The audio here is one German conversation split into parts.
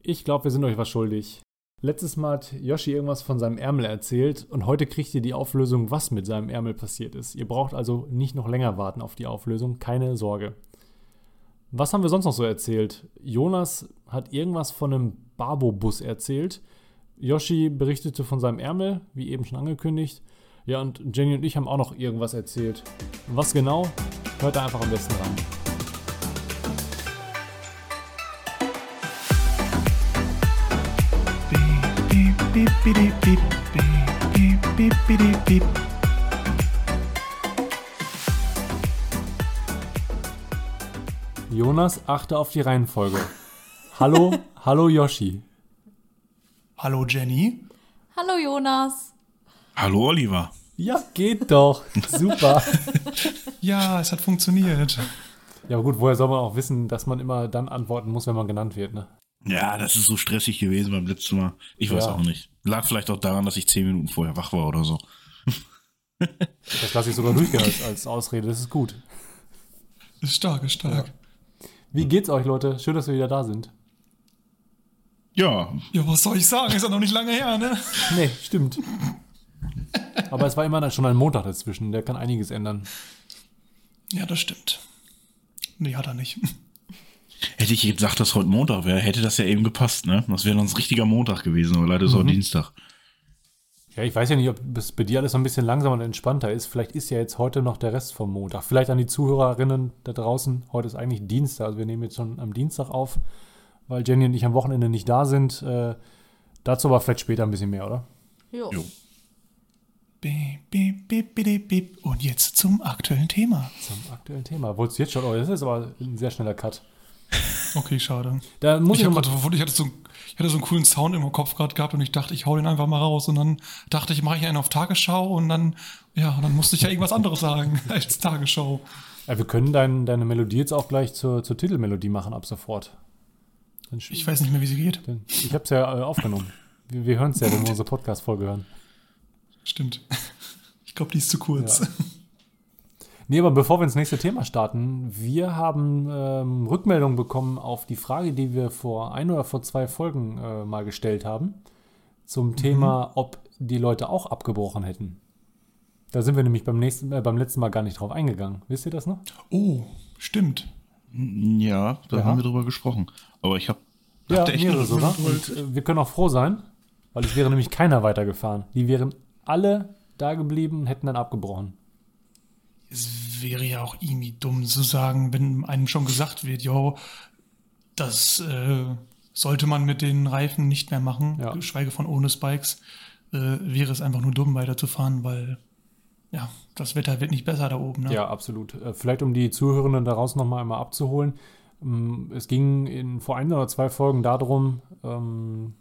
Ich glaube, wir sind euch was schuldig. Letztes Mal hat Yoshi irgendwas von seinem Ärmel erzählt und heute kriegt ihr die Auflösung, was mit seinem Ärmel passiert ist. Ihr braucht also nicht noch länger warten auf die Auflösung, keine Sorge. Was haben wir sonst noch so erzählt? Jonas hat irgendwas von einem Babo-Bus erzählt. Yoshi berichtete von seinem Ärmel, wie eben schon angekündigt. Ja, und Jenny und ich haben auch noch irgendwas erzählt. Was genau? Hört da einfach am besten rein. Jonas, achte auf die Reihenfolge. Hallo, hallo Yoshi. Hallo Jenny. Hallo Jonas. Hallo Oliver. Ja, geht doch. Super. Ja, es hat funktioniert. Ja, aber gut, woher soll man auch wissen, dass man immer dann antworten muss, wenn man genannt wird, ne? Ja, das ist so stressig gewesen beim letzten Mal. Ich weiß Ja. auch nicht. Lag vielleicht auch daran, dass ich zehn Minuten vorher wach war oder so. Das lasse ich sogar durchgehen als, als Ausrede, das ist gut. Ist stark, ist stark. Wie geht's euch, Leute? Schön, dass wir wieder da sind. Ja, Ja. was soll ich sagen? Ist ja noch nicht lange her, ne? Nee, stimmt. Aber es war immer dann schon ein Montag dazwischen, der kann einiges ändern. Ja, das stimmt. Nee, hat er nicht. hätte ich gesagt, dass heute Montag wäre, hätte das ja eben gepasst, ne? Das wäre sonst richtiger Montag gewesen, aber leider ist auch Dienstag. Ja, ich weiß ja nicht, ob es bei dir alles so ein bisschen langsamer und entspannter ist. Vielleicht ist ja jetzt heute noch der Rest vom Montag. Vielleicht an die Zuhörerinnen da draußen. Heute ist eigentlich Dienstag, also wir nehmen jetzt schon am Dienstag auf, weil Jenny und ich am Wochenende nicht da sind. Äh, dazu aber vielleicht später ein bisschen mehr, oder? Jo. Jo. Bip, bip, bip, bip, bip. Und jetzt zum aktuellen Thema. Zum aktuellen Thema. Wolltest du jetzt schon? Oh, das ist aber ein sehr schneller Cut. Okay, schade. Da muss Ich, ich, hab noch mal. grad, ich, hatte so, ich hatte so einen coolen Sound im Kopf gerade gehabt und ich dachte, ich hau den einfach mal raus. Und dann dachte ich, mache ich einen auf Tagesschau und dann, ja, dann musste ich ja irgendwas anderes sagen als Tagesschau. Ja, Äh, wir können dein, deine Melodie jetzt auch gleich zur, zur Titelmelodie machen ab sofort. Dann sch- Ich weiß nicht mehr, wie sie geht. dann- ich habe es ja äh, aufgenommen. Wir, wir hören es ja, wenn wir unsere Podcast-Folge hören. Stimmt. Ich glaube, die ist zu kurz. Ja. Nee, aber bevor wir ins nächste Thema starten, wir haben ähm, Rückmeldung bekommen auf die Frage, die wir vor ein oder vor zwei Folgen äh, mal gestellt haben, zum Mhm. Thema, ob die Leute auch abgebrochen hätten. Da sind wir nämlich beim, nächsten, äh, beim letzten Mal gar nicht drauf eingegangen. Wisst ihr das noch? Oh, stimmt. Ja, da Ja. haben wir drüber gesprochen. Aber ich habe Ja, der echt mehrere eine sogar. Rückmeldung? Und, äh, wir können auch froh sein, weil es wäre nämlich keiner weitergefahren. Die wären alle da geblieben und hätten dann abgebrochen. Es wäre ja auch irgendwie dumm zu sagen, wenn einem schon gesagt wird, jo, das äh, sollte man mit den Reifen nicht mehr machen, Ja. geschweige von ohne Spikes, äh, wäre es einfach nur dumm weiterzufahren, weil ja, das Wetter wird nicht besser da oben. Ne? Ja, absolut. Äh, Vielleicht um die Zuhörenden daraus nochmal einmal abzuholen. Ähm, Es ging in, vor ein oder zwei Folgen darum, ähm,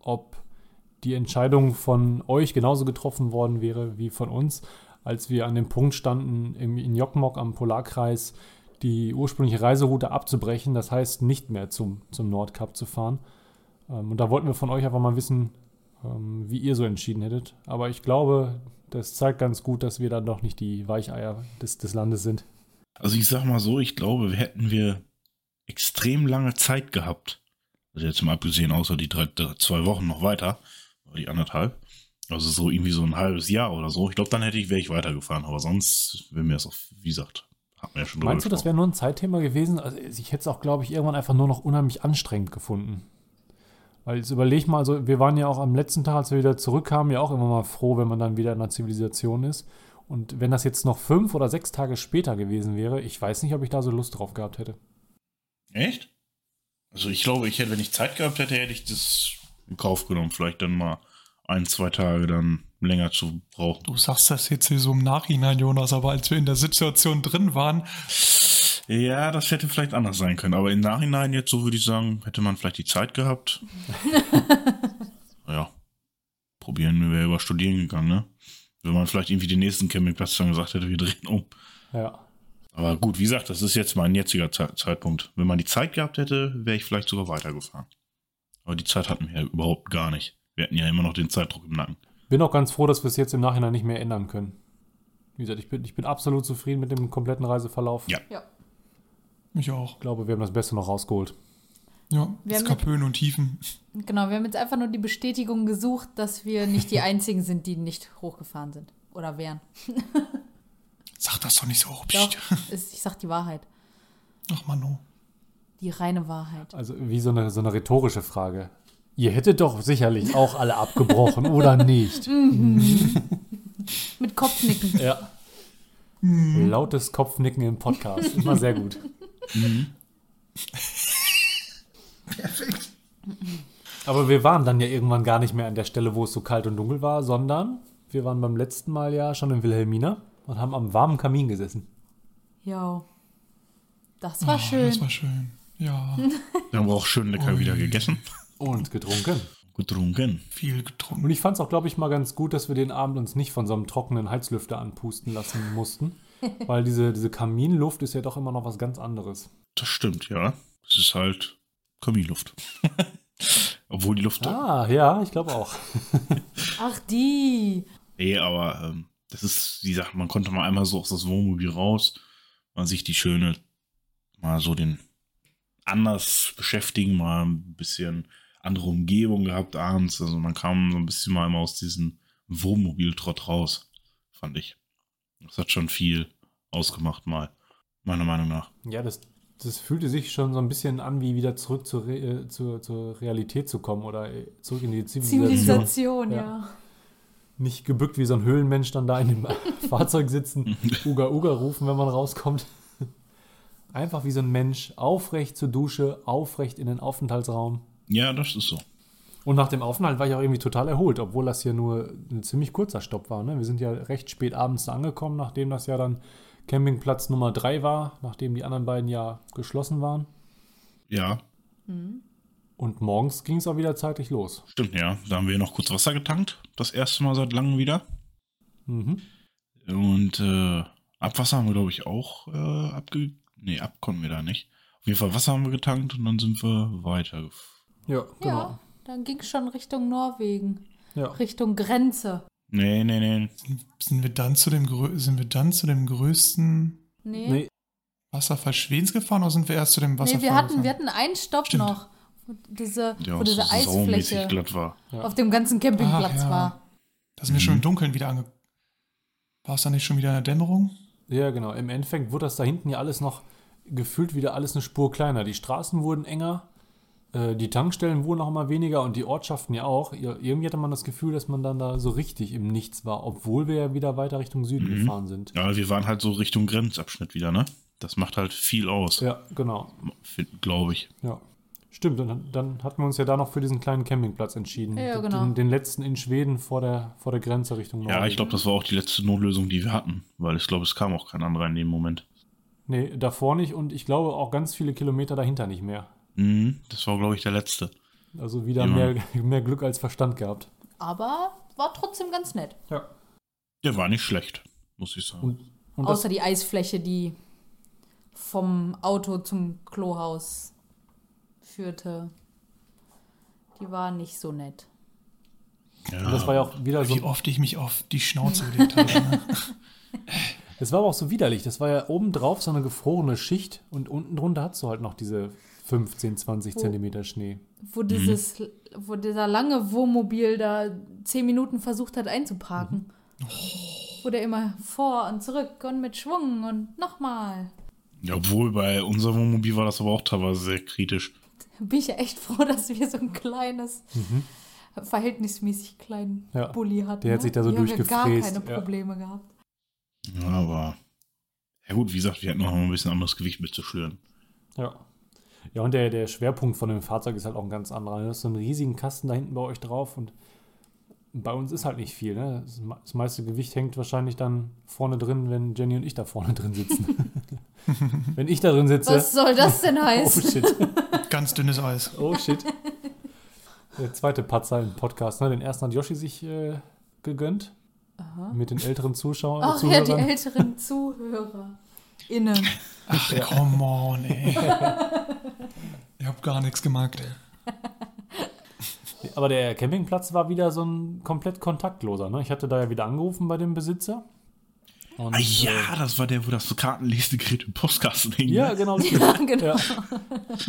ob die Entscheidung von euch genauso getroffen worden wäre wie von uns, als wir an dem Punkt standen, im, in Jokmok am Polarkreis die ursprüngliche Reiseroute abzubrechen, das heißt nicht mehr zum, zum Nordkap zu fahren. Ähm, und da wollten wir von euch einfach mal wissen, ähm, wie ihr so entschieden hättet. Aber ich glaube, das zeigt ganz gut, dass wir dann doch nicht die Weicheier des, des Landes sind. Also ich sag mal so, ich glaube, wir hätten wir extrem lange Zeit gehabt. Also jetzt mal abgesehen, außer die drei, drei, zwei Wochen noch weiter, oder die anderthalb. Also so irgendwie so ein halbes Jahr oder so. Ich glaube, dann hätte ich, wäre ich weitergefahren. Aber sonst, wenn mir das auch, wie gesagt, hat mir ja schon drüber Meinst du, das gesprochen. wäre nur ein Zeitthema gewesen? Also ich hätte es auch, glaube ich, irgendwann einfach nur noch unheimlich anstrengend gefunden. Weil jetzt überleg mal, so, wir waren ja auch am letzten Tag, als wir wieder zurückkamen, ja auch immer mal froh, wenn man dann wieder in einer Zivilisation ist. Und wenn das jetzt noch fünf oder sechs Tage später gewesen wäre, ich weiß nicht, ob ich da so Lust drauf gehabt hätte. Echt? Also ich glaube, ich hätte, wenn ich Zeit gehabt hätte, hätte ich das in Kauf genommen. Vielleicht dann mal ein, zwei Tage dann länger zu brauchen. Du sagst das jetzt hier so im Nachhinein, Jonas, aber als wir in der Situation drin waren, Ja, das hätte vielleicht anders sein können. Aber im Nachhinein jetzt, so würde ich sagen, hätte man vielleicht die Zeit gehabt. ja. Probieren wäre über Studieren gegangen, ne? Wenn man vielleicht irgendwie den nächsten Campingplatz dann gesagt hätte, wir drehen um. Ja. Aber gut, wie gesagt, das ist jetzt mein jetziger Ze- Zeitpunkt. Wenn man die Zeit gehabt hätte, wäre ich vielleicht sogar weitergefahren. Aber die Zeit hatten wir ja überhaupt gar nicht. Wir hatten ja immer noch den Zeitdruck im Nacken. Bin auch ganz froh, dass wir es jetzt im Nachhinein nicht mehr ändern können. Wie gesagt, ich bin, ich bin absolut zufrieden mit dem kompletten Reiseverlauf. Ja. Ja. mich auch. Ich glaube, wir haben das Beste noch rausgeholt. Ja, Wir es haben gab Höhen und Tiefen. Genau, wir haben jetzt einfach nur die Bestätigung gesucht, dass wir nicht die Einzigen sind, die nicht hochgefahren sind. Oder wären. Sag das doch nicht so. Doch, Psst. ist, ich sag die Wahrheit. Ach Mann, oh. Die reine Wahrheit. Also wie so eine, so eine rhetorische Frage. Ihr hättet doch sicherlich auch alle abgebrochen, oder nicht? Mit Kopfnicken. Ja. Mhm. Lautes Kopfnicken im Podcast. Immer sehr gut. Perfekt. Aber wir waren dann ja irgendwann gar nicht mehr an der Stelle, wo es so kalt und dunkel war, sondern wir waren beim letzten Mal ja schon in Wilhelmina und haben am warmen Kamin gesessen. Jo. Das war Ah, schön. Das war schön. Ja, Wir haben auch schön lecker wieder gegessen. Und getrunken. Getrunken. viel Und getrunken. ich fand es auch, glaube ich, mal ganz gut, dass wir den Abend uns nicht von so einem trockenen Heizlüfter anpusten lassen mussten. Weil diese, diese Kaminluft ist ja doch immer noch was ganz anderes. Das stimmt, ja. Es ist halt Kaminluft. Obwohl die Luft. Ah, ja, ich glaube auch. Ach, die. Nee, aber ähm, das ist, wie gesagt, man konnte mal einmal so aus das Wohnmobil raus, mal sich die schöne, mal so den anders beschäftigen, mal ein bisschen andere Umgebung gehabt abends. Also man kam so ein bisschen mal immer aus diesem Wohnmobiltrott raus, fand ich. Das hat schon viel ausgemacht, mal, meiner Meinung nach. Ja, das, das fühlte sich schon so ein bisschen an, wie wieder zurück zur, Re äh, zur, zur Realität zu kommen oder äh, zurück in die Zivilisation. Zivilisation, Ja. ja. Nicht gebückt wie so ein Höhlenmensch dann da in dem Fahrzeug sitzen, Uga Uga rufen, wenn man rauskommt. Einfach wie so ein Mensch, aufrecht zur Dusche, aufrecht in den Aufenthaltsraum. Ja, das ist so. Und nach dem Aufenthalt war ich auch irgendwie total erholt, obwohl das hier nur ein ziemlich kurzer Stopp war. Ne? Wir sind ja recht spät abends da angekommen, nachdem das ja dann Campingplatz Nummer 3 war, nachdem die anderen beiden ja geschlossen waren. Ja, Und morgens ging es auch wieder zeitig los. stimmt, ja. Da haben wir noch kurz Wasser getankt. Das erste Mal seit langem wieder. Mhm. Und äh, Abwasser haben wir, glaube ich, auch äh, abge... Nee, ab konnten wir da nicht. Auf jeden Fall Wasser haben wir getankt und dann sind wir weiter. Ja, genau. Ja, dann ging schon Richtung Norwegen. Ja. Richtung Grenze. Nee, nee, nee. Sind wir dann zu dem grö- sind wir dann zu dem größten Nee. Nee, Wasserfall Schwedens gefahren oder sind wir erst zu dem Wasserfall? Nee, wir hatten, gefahren? wir hatten einen Stopp Stimmt. noch. Wo diese, Ja, wo es diese ist saumäßig Eisfläche glatt war. Ja. auf dem ganzen Campingplatz Ach, ja. war. Das ist mir schon im Dunkeln wieder ange. War es dann nicht schon wieder in der Dämmerung? ja, genau. Im Endeffekt wurde das da hinten ja alles noch gefühlt wieder alles eine Spur kleiner. Die Straßen wurden enger, äh, die Tankstellen wurden auch immer weniger und die Ortschaften ja auch. Ir- Irgendwie hatte man das Gefühl, dass man dann da so richtig im Nichts war, obwohl wir ja wieder weiter Richtung Süden gefahren sind. Mhm. Ja, wir waren halt so Richtung Grenzabschnitt wieder, ne? Das macht halt viel aus, Ja, genau. glaube ich. Ja. Stimmt, und dann hatten wir uns ja da noch für diesen kleinen Campingplatz entschieden. Ja, Den- genau. Den, den letzten in Schweden vor der, vor der Grenze Richtung Norwegen. Ja, ich glaube, das war auch die letzte Notlösung, die wir hatten. Weil ich glaube, es kam auch kein anderer in dem Moment. Nee, davor nicht und ich glaube auch ganz viele Kilometer dahinter nicht mehr. Mhm, das war, glaube ich, der letzte. Also wieder Ja. mehr, mehr Glück als Verstand gehabt. Aber war trotzdem ganz nett. Ja. Der war nicht schlecht, muss ich sagen. Und, und das, Außer die Eisfläche, die vom Auto zum Klohaus führte. Die war nicht so nett. ja, und Ah, das war ja auch wieder so. Wie oft ich mich auf die Schnauze gelegt habe. ne? Es war aber auch so widerlich. Das war ja obendrauf so eine gefrorene Schicht und unten drunter hast du halt noch diese 15, 20 Wo- Zentimeter Schnee. Wo, dieses, wo dieser lange Wohnmobil da zehn Minuten versucht hat einzuparken. Mhm. Wo der immer vor und zurück und mit Schwung und nochmal. ja, obwohl bei unserem Wohnmobil war das aber auch teilweise sehr kritisch. bin ich ja echt froh, dass wir so ein kleines, verhältnismäßig kleinen Ja, Bulli hatten. Mhm. der hat ne? sich da so Hier haben wir durchgefräst, gar ja. keine Probleme gehabt. Ja, aber. Ja, gut, wie gesagt, wir hatten noch ein bisschen anderes Gewicht mitzuschüren. Ja. Ja, und der, der Schwerpunkt von dem Fahrzeug ist halt auch ein ganz anderer. Du hast so einen riesigen Kasten da hinten bei euch drauf und bei uns ist halt nicht viel. Ne? Das me- Das meiste Gewicht hängt wahrscheinlich dann vorne drin, wenn Jenny und ich da vorne drin sitzen. wenn ich da drin sitze. Was soll das denn Oh heißen? shit. Ganz dünnes Eis. Oh shit. Der zweite Patzer im Podcast. Ne? Den ersten hat Yoshi sich äh, gegönnt. Mit den älteren Zuschauern. Ach Zuhörern. ja, die älteren Zuhörer. Innen. Ach, come on, ey. Ich hab gar nichts gemerkt. Aber der Campingplatz war wieder so ein komplett kontaktloser. Ne? Ich hatte da ja wieder angerufen bei dem Besitzer. Und, Ah äh, ja, das war der, wo das Kartenlesegerät im Postkasten hing. ne? Ja, genau. richtig. Ja, genau. Ja.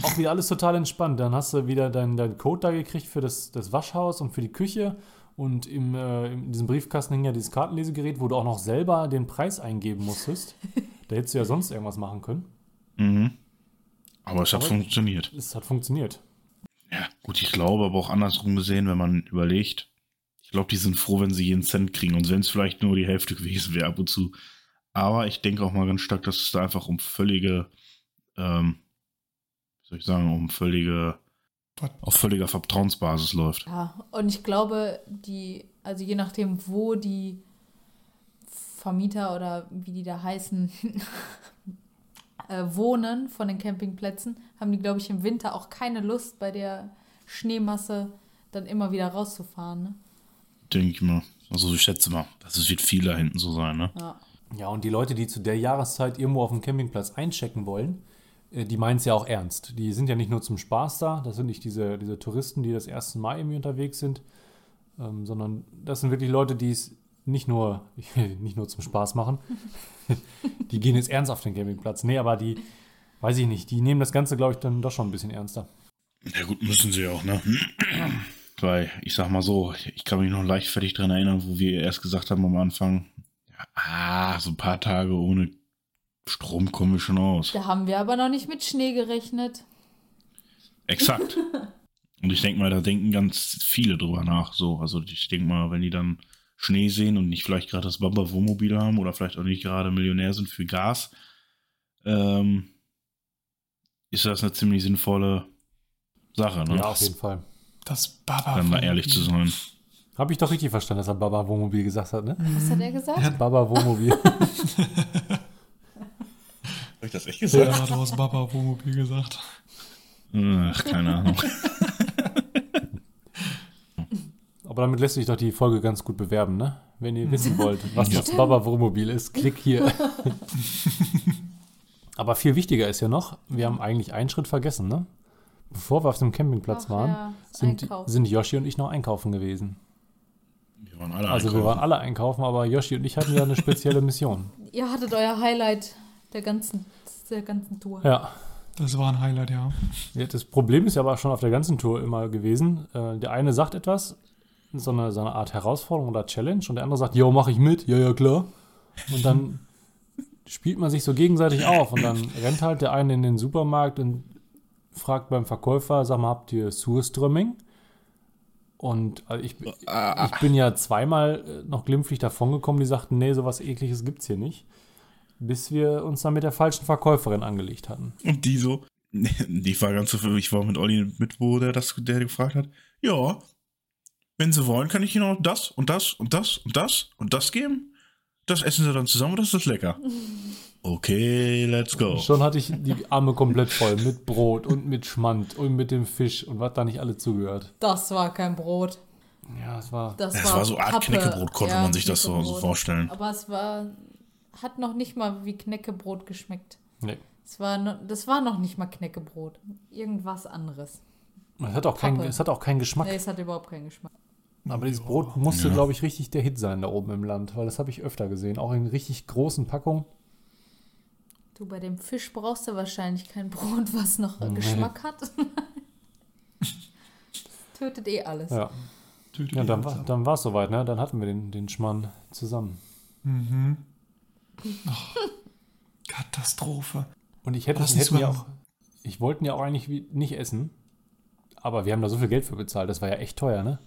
Auch wieder alles total entspannt. Dann hast du wieder deinen deinen Code da gekriegt für das, das Waschhaus und für die Küche. Und im, äh, in diesem Briefkasten hing ja dieses Kartenlesegerät, wo du auch noch selber den Preis eingeben musstest. Da hättest du ja sonst irgendwas machen können. Mhm. Aber es hat genau. Aber- funktioniert. Es hat funktioniert. Ja, gut, ich glaube aber auch andersrum gesehen, wenn man überlegt. Ich glaube, die sind froh, wenn sie jeden Cent kriegen. Und wenn es vielleicht nur die Hälfte gewesen wäre ab und zu. Aber ich denke auch mal ganz stark, dass es da einfach um völlige, ähm, wie soll ich sagen, um völlige, Was? auf völliger Vertrauensbasis läuft. Ja, und ich glaube, die, also je nachdem, wo die Vermieter oder wie die da heißen, äh, wohnen von den Campingplätzen, haben die, glaube ich, im Winter auch keine Lust, bei der Schneemasse dann immer wieder rauszufahren. Ne? Denke ich mal. Also ich schätze mal, das wird viel da hinten so sein, ne? Ja. Ja, und die Leute, die zu der Jahreszeit irgendwo auf dem Campingplatz einchecken wollen, äh, die meinen es ja auch ernst. Die sind ja nicht nur zum Spaß da, das sind nicht diese, diese Touristen, die das erste Mal irgendwie unterwegs sind, ähm, sondern das sind wirklich Leute, die es nicht nur, nicht nur zum Spaß machen. die gehen jetzt ernst auf den Campingplatz. Nee, aber die, weiß ich nicht, die nehmen das Ganze, glaube ich, dann doch schon ein bisschen ernster. Ja gut, müssen sie auch, ne? Weil, ich sag mal so, ich kann mich noch leichtfertig dran erinnern, wo wir erst gesagt haben am Anfang, ja, ah, so ein paar Tage ohne Strom kommen wir schon aus. Da haben wir aber noch nicht mit Schnee gerechnet. Exakt. Und ich denke mal, da denken ganz viele drüber nach. So, also ich denke mal, wenn die dann Schnee sehen und nicht vielleicht gerade das Bamba Wohnmobil haben oder vielleicht auch nicht gerade Millionär sind für Gas, ähm, ist das eine ziemlich sinnvolle Sache, ne? Ja, auf jeden Fall. Das Baba. Wenn wir ehrlich zu sein. Habe ich doch richtig verstanden, dass er Baba Wohnmobil gesagt hat, ne? Was hat er gesagt? Baba Wohnmobil. Habe ich das echt Ja, du hast Baba Wohnmobil gesagt. Ach, keine Ahnung. Aber damit lässt sich doch die Folge ganz gut bewerben, ne? Wenn Mhm. ihr wissen wollt, was das Baba Wohnmobil ist, klick hier. Aber viel wichtiger ist ja noch, wir haben eigentlich einen Schritt vergessen, ne? Bevor wir auf dem Campingplatz Ach waren, ja, das sind, Einkaufen. sind Yoshi und ich noch einkaufen gewesen. Wir waren alle Also wir waren alle einkaufen, aber Yoshi und ich hatten ja eine spezielle Mission. Ihr hattet euer Highlight der ganzen, der ganzen Tour. Ja. Das war ein Highlight, ja. Ja, Das Problem ist ja aber schon auf der ganzen Tour immer gewesen. Äh, der eine sagt etwas, so eine, so eine Art Herausforderung oder Challenge, und der andere sagt, jo, mache ich mit, ja, ja, klar. Und dann spielt man sich so gegenseitig auf und dann rennt halt der eine in den Supermarkt und fragt beim Verkäufer, sag mal, habt ihr Surströmming? Und äh, ich, ich bin ja zweimal äh, noch glimpflich davongekommen, die sagten, nee, sowas ekliges gibt's hier nicht. Bis wir uns dann mit der falschen Verkäuferin angelegt hatten. Und die so. Ich war ganz so, ich war mit Olli mit, wo der das, der gefragt hat. Ja, wenn sie wollen, kann ich ihnen auch das und das und das und das und das geben. Das essen sie dann zusammen und das ist lecker. Okay, let's go. Schon hatte ich die Arme komplett voll mit Brot und mit Schmand und mit dem Fisch und was da nicht alle zugehört. Das war kein Brot. Ja, es war. Das, Das war so Art Pappe. Knäckebrot, konnte man sich das so- so Knäckebrot. vorstellen. Aber es war, hat noch nicht mal wie Knäckebrot geschmeckt. Nee. Es war no, das war noch nicht mal Knäckebrot. Irgendwas anderes. Es hat auch, kein, Pappe. es hat auch keinen Geschmack. Nee, es hat überhaupt keinen Geschmack. Aber dieses Brot musste, glaube ich, richtig der Hit sein da oben im Land, weil das habe ich öfter gesehen. Auch in richtig großen Packungen. Du, bei dem Fisch brauchst du wahrscheinlich kein Brot, was noch Geschmack hat. Tötet eh alles. Ja, Tötet ja die dann, Katze. war- dann war es soweit, ne? Dann hatten wir den, den Schmann zusammen. Katastrophe. Und ich hätte, Das ist hätten ja so- auch. Ich wollte ihn ja auch eigentlich wie- nicht essen. Aber wir haben da so viel Geld für bezahlt. Das war ja echt teuer, ne?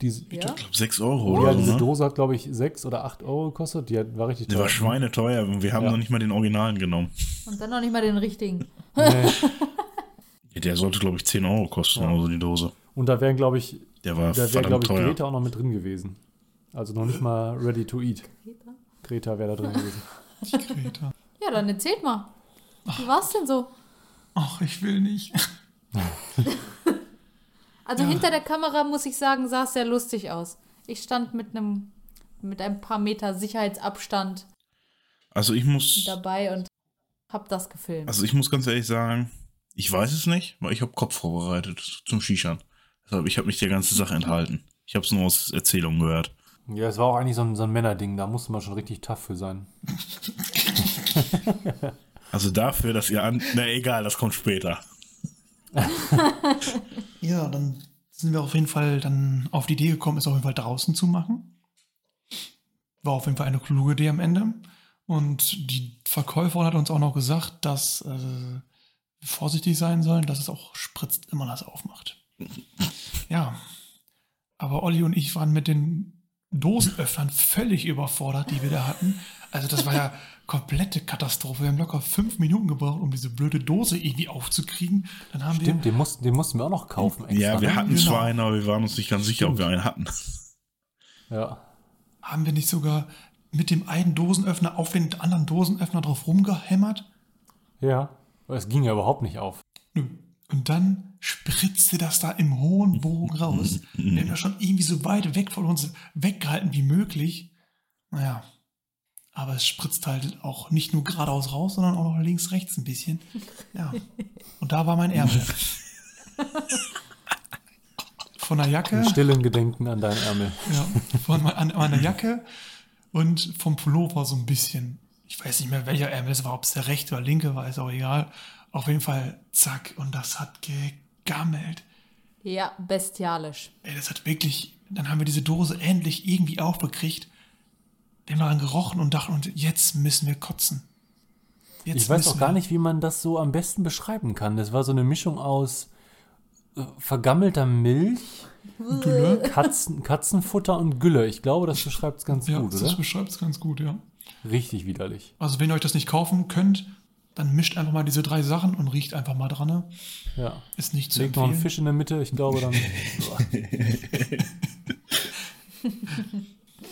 Diese, Ja? Ich glaube, 6 Euro ja, oder diese so. Ne? Dose hat, glaube ich, 6 oder 8 Euro gekostet. Die hat, war richtig Der teuer. war schweineteuer und wir haben Ja. noch nicht mal den Originalen genommen. Und dann noch nicht mal den richtigen. Nee. Ja, Der sollte, glaube ich, 10 Euro kosten oder so die Dose. Und da wären, glaube ich, Der war da wäre, glaube verdammt ich, teuer. Greta auch noch mit drin gewesen. Also noch nicht mal ready to eat. Greta wäre da drin gewesen. Die Greta. Ja, dann erzählt mal. Wie war's denn so? Ach, ich will nicht. Also hinter der Kamera, muss ich sagen, sah es sehr lustig aus. Ich stand mit einem mit ein paar Meter Sicherheitsabstand Also ich muss. dabei und hab das gefilmt. Also ich muss ganz ehrlich sagen, ich weiß es nicht, weil ich habe Kopf vorbereitet zum Shishan. Deshalb, ich habe mich der ganzen Sache enthalten. Ich habe es nur aus Erzählungen gehört. Ja, es war auch eigentlich so ein, so ein Männerding, da musste man schon richtig tough für sein. Also dafür, dass ihr an. Na egal, das kommt später. Ja, dann sind wir auf jeden Fall dann auf die Idee gekommen, es auf jeden Fall draußen zu machen. War auf jeden Fall eine kluge Idee am Ende. Und die Verkäuferin hat uns auch noch gesagt, dass äh, wir vorsichtig sein sollen, dass es auch spritzt, wenn man das aufmacht. Ja. Aber Olli und ich waren mit den Dosenöffnern völlig überfordert, die wir da hatten. Also das war ja komplette Katastrophe. Wir haben locker fünf Minuten gebraucht, um diese blöde Dose irgendwie aufzukriegen. Dann haben wir Stimmt, den mussten, den mussten wir auch noch kaufen Ja, wir hatten Genau. zwar einen, aber wir waren uns nicht ganz sicher, ob wir einen hatten. Ja. Haben wir nicht sogar mit dem einen Dosenöffner auf den anderen Dosenöffner drauf rumgehämmert? Ja. Aber Es ging ja überhaupt nicht auf. Nö. Und dann spritzte das da im hohen Bogen raus. Wir haben das schon irgendwie so weit weg von uns weggehalten wie möglich. Naja. Aber es spritzt halt auch nicht nur geradeaus raus, sondern auch noch links, rechts ein bisschen. Ja. Und da war mein Ärmel. Von der Jacke. Im stillen Gedenken an deinen Ärmel. Ja, von me- an meiner Jacke und vom Pullover so ein bisschen. Ich weiß nicht mehr, welcher Ärmel es war, ob es der rechte oder linke war, ist auch egal. Auf jeden Fall, zack, und das hat gegammelt. Ja, bestialisch. Ey, das hat wirklich, dann haben wir diese Dose endlich irgendwie aufbekriegt. Wir haben daran gerochen und dachten, und jetzt müssen wir kotzen. Jetzt Ich weiß müssen auch gar wir- nicht, wie man das so am besten beschreiben kann. Das war so eine Mischung aus äh, vergammelter Milch, Gülle? Katzen, Katzenfutter und Gülle. Ich glaube, das beschreibt es ganz Ja, gut, das oder? beschreibt es ganz gut, ja. Richtig widerlich. Also, wenn ihr euch das nicht kaufen könnt, dann mischt einfach mal diese drei Sachen und riecht einfach mal dran. Ne? Ja. Ist nicht zu Legt noch einen empfehlen. Fisch in der Mitte, ich glaube dann.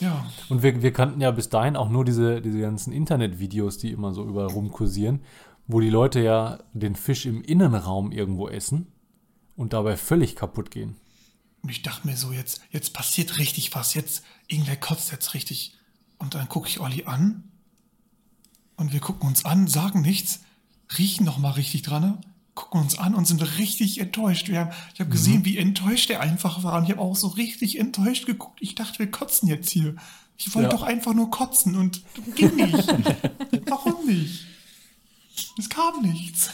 Ja. Und wir, wir kannten ja bis dahin auch nur diese, diese ganzen Internetvideos, die immer so überall rumkursieren, wo die Leute ja den Fisch im Innenraum irgendwo essen und dabei völlig kaputt gehen. Und ich dachte mir so, jetzt, jetzt passiert richtig was. Jetzt, irgendwer kotzt jetzt richtig. Und dann gucke ich Olli an. Und wir gucken uns an, sagen nichts, riechen nochmal richtig dran, ne? gucken uns an und sind richtig enttäuscht. Wir haben, ich Mhm. habe gesehen, wie enttäuscht er einfach war. Und ich habe auch so richtig enttäuscht geguckt. Ich dachte, wir kotzen jetzt hier. Ich wollte Ja. doch einfach nur kotzen und ging nicht. Warum nicht? Es kam nichts.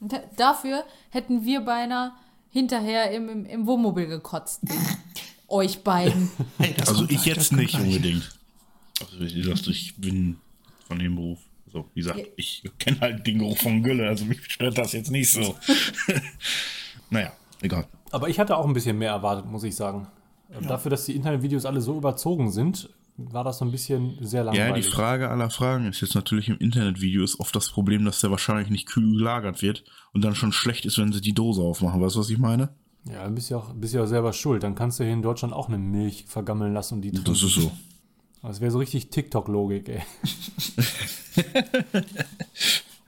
Da- Dafür hätten wir beinahe hinterher im, im, im Wohnmobil gekotzt. Euch beiden. Hey, das Also kommt ich gleich, das jetzt kommt nicht gleich. unbedingt. Also wie gesagt, ich bin von dem Beruf. So, wie gesagt, ich kenne halt den Geruch von Gülle, also mich stört das jetzt nicht so. naja, egal. Aber ich hatte auch ein bisschen mehr erwartet, muss ich sagen. Dafür, dass die Internetvideos alle so überzogen sind, war das so ein bisschen sehr Ja, die langweilig. Frage aller Fragen ist jetzt natürlich im Internetvideo ist oft das Problem, dass der wahrscheinlich nicht kühl gelagert wird und dann schon schlecht ist, wenn sie die Dose aufmachen. Weißt du, was ich meine? ja, dann bist du auch, bist ja auch selber schuld. Dann kannst du hier in Deutschland auch eine Milch vergammeln lassen und die trinken. Das ist so. Das wäre so richtig TikTok-Logik, ey.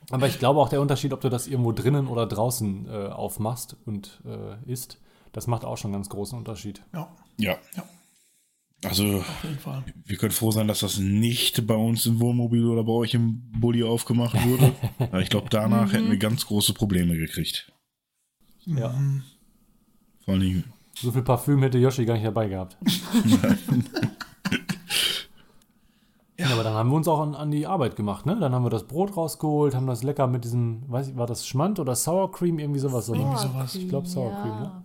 Aber ich glaube auch der Unterschied, ob du das irgendwo drinnen oder draußen äh, aufmachst und äh, isst, das macht auch schon einen ganz großen Unterschied. Ja, Ja. Ja. Also, auf jeden Fall. wir können froh sein, dass das nicht bei uns im Wohnmobil oder bei euch im Bulli aufgemacht wurde. Aber ich glaube, Mhm. danach hätten wir ganz große Probleme gekriegt. Ja. Mhm. Vor allen Dingen, So viel Parfüm hätte Yoshi gar nicht dabei gehabt. Ja. Aber dann haben wir uns auch an, an die Arbeit gemacht, ne? Dann haben wir das Brot rausgeholt, haben das lecker mit diesem, weiß ich, war das Schmand oder Sour Cream, irgendwie sowas. Oder? Irgendwie sowas. Ich glaub, Sour Cream, ne? ja.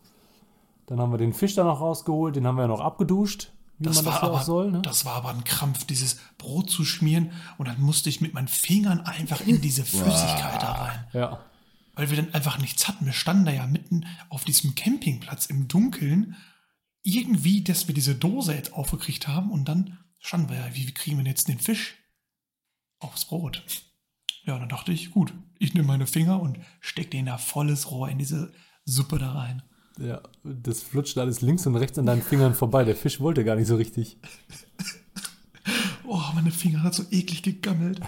Dann haben wir den Fisch da noch rausgeholt, den haben wir ja noch abgeduscht, wie Das man das war, ja aber, auch soll, ne? das war aber ein Krampf, dieses Brot zu schmieren. Und dann musste ich mit meinen Fingern einfach in diese Flüssigkeit da rein. ja. Weil wir dann einfach nichts hatten. Wir standen da ja mitten auf diesem Campingplatz im Dunkeln. Irgendwie, dass wir diese Dose jetzt aufgekriegt haben. Und dann standen wir ja, wie kriegen wir denn jetzt den Fisch aufs Brot? Ja, dann dachte ich, gut, ich nehme meine Finger und stecke den da volles Rohr in diese Suppe da rein. Ja, das flutscht alles links und rechts an deinen Fingern vorbei. Der Fisch wollte gar nicht so richtig. Oh, meine Finger hat so eklig gegammelt.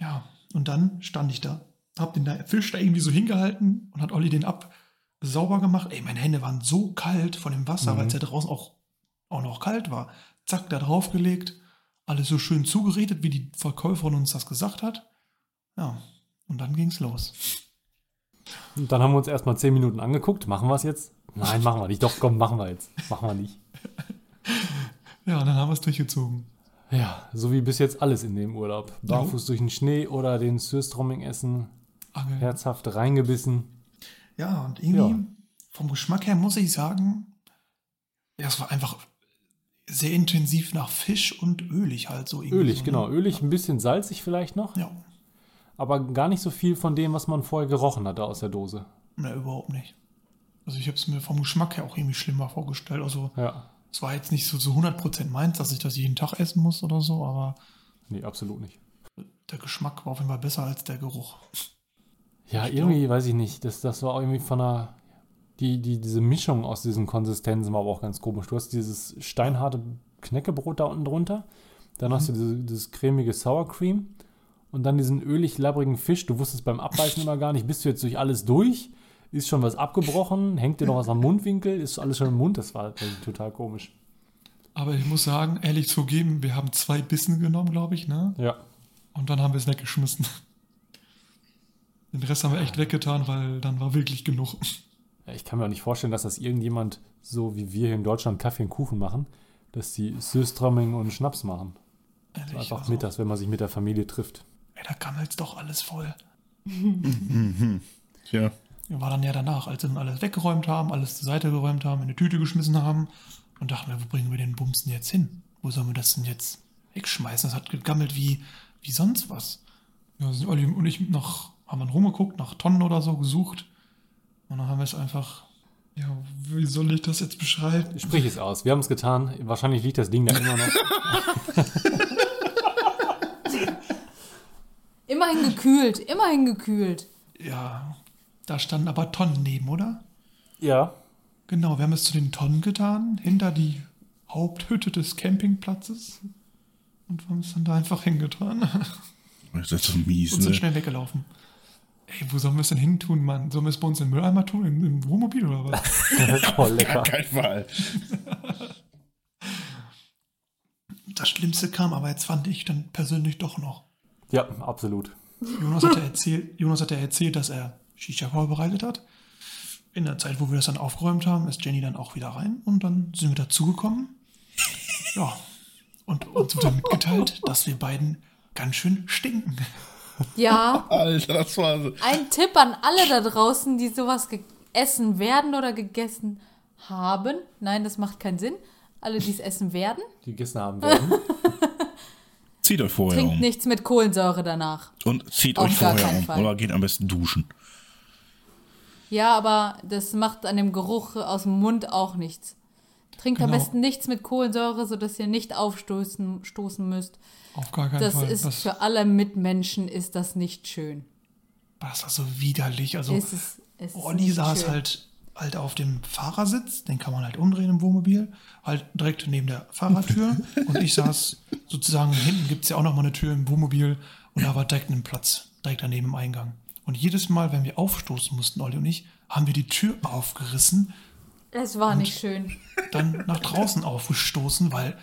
ja, und dann stand ich da, hab den da- Fisch da irgendwie so hingehalten und hat Olli den ab sauber gemacht. Ey, meine Hände waren so kalt von dem Wasser, weil es ja draußen auch, auch noch kalt war. Zack, da draufgelegt, alles so schön zugeredet, wie die Verkäuferin uns das gesagt hat. Ja, und dann ging's los. Und dann haben wir uns erstmal zehn Minuten angeguckt. Machen wir es jetzt? Nein, machen wir nicht. Doch, komm, machen wir jetzt. Machen wir nicht. Ja, und dann haben wir es durchgezogen. Ja, so wie bis jetzt alles in dem Urlaub. Barfuß durch den Schnee oder den Sürstroming essen, Angeln. herzhaft reingebissen. Ja, und irgendwie Ja. vom Geschmack her muss ich sagen, ja, es war einfach sehr intensiv nach Fisch und ölig halt so. Irgendwie so, Ölig, ne? genau. Ölig, ein bisschen salzig vielleicht noch, Ja, aber gar nicht so viel von dem, was man vorher gerochen hatte aus der Dose. ne, überhaupt nicht. Also ich habe es mir vom Geschmack her auch irgendwie schlimmer vorgestellt. Also Ja, es war jetzt nicht so zu 100% meins, dass ich das jeden Tag essen muss oder so, aber nee, absolut nicht. der Geschmack war auf jeden Fall besser als der Geruch. Ja, Ich irgendwie, weiß ich nicht. Das, das war auch irgendwie von einer. Die, die, diese Mischung aus diesen Konsistenzen war aber auch ganz komisch. Du hast dieses steinharte Knäckebrot da unten drunter, dann hast du diese, dieses cremige Sour Cream und dann diesen ölig labbrigen Fisch. Du wusstest beim Abbeißen immer gar nicht, bist du jetzt durch alles durch? Ist schon was abgebrochen? Hängt dir noch was am Mundwinkel? Ist alles schon im Mund? Das war also total komisch. Aber ich muss sagen, ehrlich zugeben, wir haben zwei Bissen genommen, glaube ich, ne? Ja, Und dann haben wir es weggeschmissen. Den Rest haben wir echt weggetan, weil dann war wirklich genug. Ich kann mir auch nicht vorstellen, dass das irgendjemand so wie wir hier in Deutschland Kaffee und Kuchen machen, dass die Süßtramming und Schnaps machen. Ehrlich, Einfach also, mittags, wenn man sich mit der Familie trifft. Ey, da kam jetzt doch alles voll. Tja, War dann ja danach, als wir dann alles weggeräumt haben, alles zur Seite geräumt haben, in eine Tüte geschmissen haben und dachten wir, wo bringen wir den Bumsen jetzt hin? Wo sollen wir das denn jetzt wegschmeißen? Das hat gegammelt wie, wie sonst was. Ja, sind Olli und ich nach, haben dann rumgeguckt, nach Tonnen oder so gesucht und dann haben wir es einfach, ja, wie soll ich das jetzt beschreiben? Sprich es aus. Wir haben es getan. Wahrscheinlich liegt das Ding da immer noch. Immerhin gekühlt, immerhin gekühlt. Ja, da standen aber Tonnen neben, oder? ja. Genau, wir haben es zu den Tonnen getan, hinter die Haupthütte des Campingplatzes und haben es dann da einfach hingetan das ist so mies, und sind ne? schnell weggelaufen. Ey, wo sollen wir es denn hin tun, Mann? Sollen wir es bei uns in den Mülleimer tun, im, im Wohnmobil oder was? Voll Oh, lecker. Gar kein Fall. Das Schlimmste kam aber jetzt, fand ich dann persönlich doch noch. Ja, absolut. Jonas hat ja erzählt, Jonas hat ja erzählt dass er Shisha vorbereitet hat. In der Zeit, wo wir das dann aufgeräumt haben, ist Jenny dann auch wieder rein und dann sind wir dazugekommen. Ja, und uns wurde mitgeteilt, dass wir beiden ganz schön stinken. Ja, Alter, das war so. ein Tipp an alle da draußen, die sowas gegessen werden oder gegessen haben. Nein, das macht keinen Sinn. Alle, die es essen werden, Die gegessen haben werden. Zieht euch vorher trinkt um. nichts mit Kohlensäure danach. Und zieht Auf euch gar vorher keinen um. Fall. Oder geht am besten duschen. Ja, aber das macht an dem Geruch aus dem Mund auch nichts. Trinkt am Genau. besten nichts mit Kohlensäure, sodass ihr nicht aufstoßen stoßen müsst. Auf gar keinen Das Fall. ist das, für alle Mitmenschen ist das nicht schön. das war so widerlich. Also Es ist, es ist Olli nicht saß schön. halt, halt auf dem Fahrersitz, den kann man halt umdrehen im Wohnmobil, halt direkt neben der Fahrertür. und ich saß sozusagen hinten gibt es ja auch nochmal eine Tür im Wohnmobil und da war direkt ein Platz, direkt daneben im Eingang. Und jedes Mal, wenn wir aufstoßen mussten, Olli und ich, haben wir die Tür aufgerissen, Es war nicht schön. dann nach draußen aufgestoßen, weil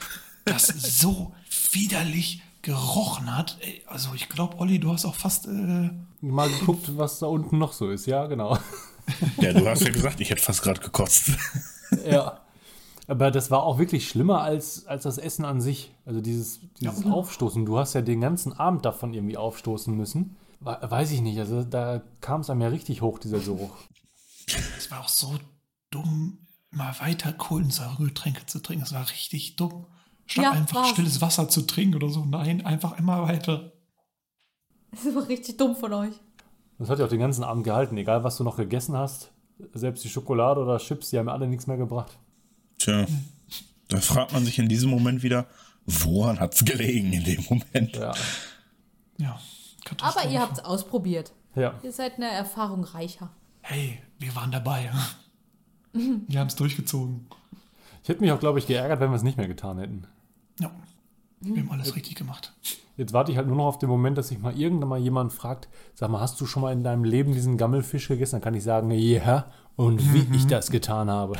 das so widerlich gerochen hat. Ey, Also ich glaube, Olli, du hast auch fast äh, Mal geguckt, was da unten noch so ist. Ja, genau. Ja, du hast ja gesagt, ich hätte fast gerade gekotzt. ja. Aber das war auch wirklich schlimmer als, als das Essen an sich. Also dieses, dieses Aufstoßen. Du hast ja den ganzen Abend davon irgendwie aufstoßen müssen. We- Weiß ich nicht. Also da kam es einem ja richtig hoch, dieser Geruch. Es war auch so dumm, mal weiter Kohlensäuregetränke zu trinken. Es war richtig dumm. Statt Ja, einfach war's. stilles Wasser zu trinken oder so. Nein, einfach immer weiter. Es war richtig dumm von euch. Das hat ja auch den ganzen Abend gehalten, egal was du noch gegessen hast. Selbst die Schokolade oder Chips, die haben alle nichts mehr gebracht. Tja, da fragt man sich in diesem Moment wieder, woran hat's gelegen in dem Moment? Ja. Ja, Aber Katastrophe. ihr habt es ausprobiert. Ja. Ihr seid eine Erfahrung reicher. Hey, wir waren dabei. Mhm. wir haben es durchgezogen. Ich hätte mich auch, glaube ich, geärgert, wenn wir es nicht mehr getan hätten. Ja, Mhm. wir haben alles richtig gemacht. Jetzt warte ich halt nur noch auf den Moment, dass sich mal irgendwann mal jemand fragt, sag mal, hast du schon mal in deinem Leben diesen Gammelfisch gegessen? Dann kann ich sagen, ja, und wie ich das getan habe.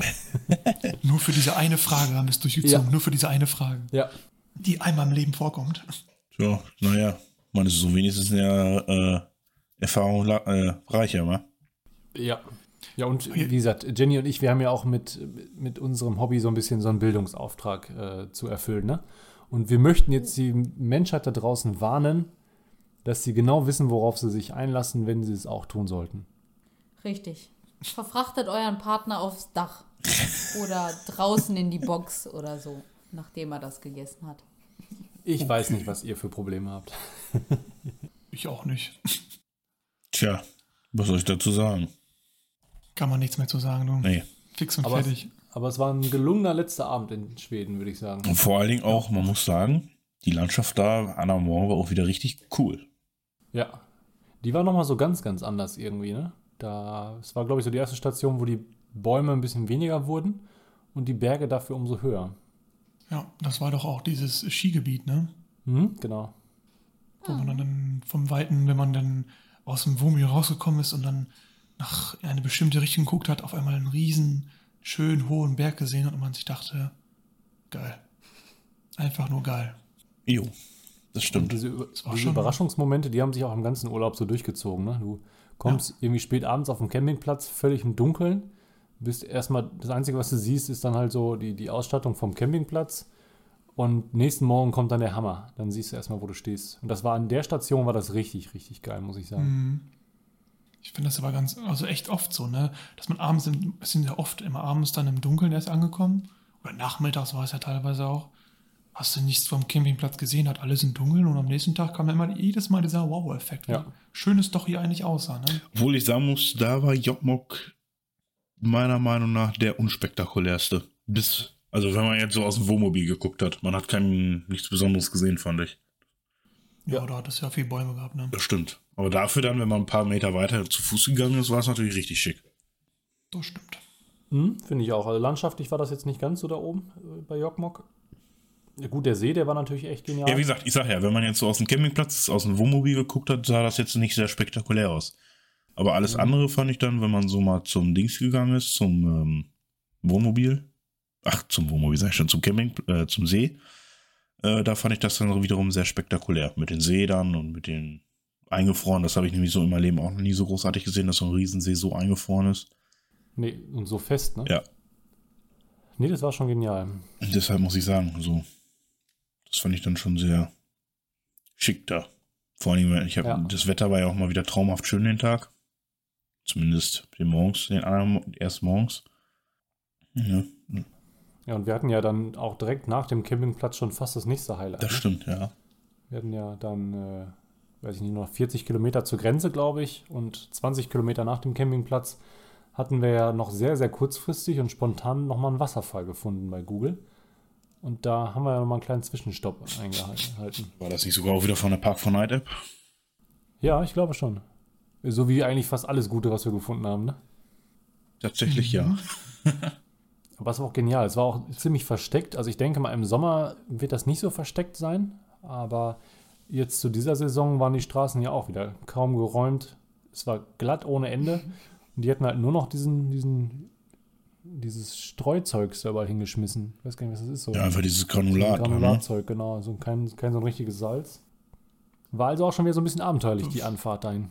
Nur für diese eine Frage haben wir es durchgezogen. Ja. Nur für diese eine Frage, Ja. die einmal im Leben vorkommt. Tja, naja, man ist so wenigstens in der äh, Erfahrung la- äh, reicher, wa? Ja. Ja, und wie gesagt, Jenny und ich, wir haben ja auch mit, mit unserem Hobby so ein bisschen so einen Bildungsauftrag äh, zu erfüllen. Ne? Und wir möchten jetzt die Menschheit da draußen warnen, dass sie genau wissen, worauf sie sich einlassen, wenn sie es auch tun sollten. Richtig. Verfrachtet euren Partner aufs Dach oder draußen in die Box oder so, nachdem er das gegessen hat. Ich weiß nicht, was ihr für Probleme habt. Ich auch nicht. Tja, was soll ich dazu sagen? Kann man nichts mehr zu sagen, du. Nee. Fix und Aber es, fertig. aber es war ein gelungener letzter Abend in Schweden, würde ich sagen. Und vor allen Dingen auch, man muss sagen, die Landschaft da, Anna Moore, war auch wieder richtig cool. Ja. Die war nochmal so ganz, ganz anders irgendwie, ne? Da, es war, glaube ich, so die erste Station, wo die Bäume ein bisschen weniger wurden und die Berge dafür umso höher. Ja, das war doch auch dieses Skigebiet, ne? Hm? Genau. Wo man dann vom Weiten, wenn man dann aus dem Wohnmobil rausgekommen ist und dann nach in eine bestimmte Richtung geguckt hat, auf einmal einen riesen, schön hohen Berg gesehen hat und man sich dachte, geil. Einfach nur geil. Jo, Und das stimmt. diese, Über- war diese schon- Überraschungsmomente, die haben sich auch im ganzen Urlaub so durchgezogen, ne? Du kommst irgendwie spät abends auf dem Campingplatz, völlig im Dunkeln, bist erstmal, das Einzige, was du siehst, ist dann halt so die, die Ausstattung vom Campingplatz und nächsten Morgen kommt dann der Hammer. Dann siehst du erstmal, wo du stehst. Und das war an der Station, war das richtig, richtig geil, muss ich sagen. Ich finde das aber ganz, also echt oft so, ne? Dass man abends, im, es sind ja oft immer abends dann im Dunkeln erst angekommen. Oder nachmittags war es ja teilweise auch. Hast du nichts vom Campingplatz gesehen, hat alles im Dunkeln und am nächsten Tag kam ja immer jedes Mal dieser Wow-Effekt. Ja. wie Schön es doch hier eigentlich aussah, ne? Obwohl ich sagen muss, da war Jokmok meiner Meinung nach der unspektakulärste. Bis, also wenn man jetzt so aus dem Wohnmobil geguckt hat, man hat kein, nichts Besonderes gesehen, fand ich. Ja, Ja. da hat es ja viel Bäume gehabt, ne? Das stimmt. Aber dafür dann, wenn man ein paar Meter weiter zu Fuß gegangen ist, war es natürlich richtig schick. Das stimmt. Mhm, Finde ich auch. Also landschaftlich war das jetzt nicht ganz so da oben äh, bei Jokmok. Ja, gut, der See, der war natürlich echt genial. Ja, wie gesagt, ich sag ja, wenn man jetzt so aus dem Campingplatz, aus dem Wohnmobil geguckt hat, sah das jetzt nicht sehr spektakulär aus. Aber alles andere fand ich dann, wenn man so mal zum Dings gegangen ist, zum ähm, Wohnmobil, ach, zum Wohnmobil, sag ich schon, zum Camping, äh, zum See, äh, da fand ich das dann wiederum sehr spektakulär. Mit den Seedern und mit den eingefroren, das habe ich nämlich so in meinem Leben auch noch nie so großartig gesehen, dass so ein Riesensee so eingefroren ist. nee, und so fest, ne? Ja. Nee, das war schon genial. Und deshalb muss ich sagen, so, das fand ich dann schon sehr schick da. Vor allem, weil ich hab, Ja. das Wetter war ja auch mal wieder traumhaft schön den Tag. Zumindest den morgens, den anderen, Mo- erst morgens. Ja, Ja, und wir hatten ja dann auch direkt nach dem Campingplatz schon fast das nächste Highlight. das ne? stimmt, ja. Wir hatten ja dann, äh, weiß ich nicht, noch 40 Kilometer zur Grenze, glaube ich, und 20 Kilometer nach dem Campingplatz hatten wir ja noch sehr, sehr kurzfristig und spontan nochmal einen Wasserfall gefunden bei Google. Und da haben wir ja nochmal einen kleinen Zwischenstopp eingehalten. War das nicht sogar auch wieder von der Park for Night App? Ja, ich glaube schon. So wie eigentlich fast alles Gute, was wir gefunden haben. Ne? Tatsächlich, ja. Aber es war auch genial. Es war auch ziemlich versteckt. Also ich denke mal, im Sommer wird das nicht so versteckt sein. Aber jetzt zu dieser Saison waren die Straßen ja auch wieder kaum geräumt. Es war glatt ohne Ende. Und die hatten halt nur noch diesen, diesen, dieses Streuzeugs da überall hingeschmissen. Ich weiß gar nicht, was das ist. So Ja, einfach dieses So ein Granulat. ne? Granulatzeug, genau. Also kein, kein so ein richtiges Salz. War also auch schon wieder so ein bisschen abenteuerlich, die Anfahrt dahin.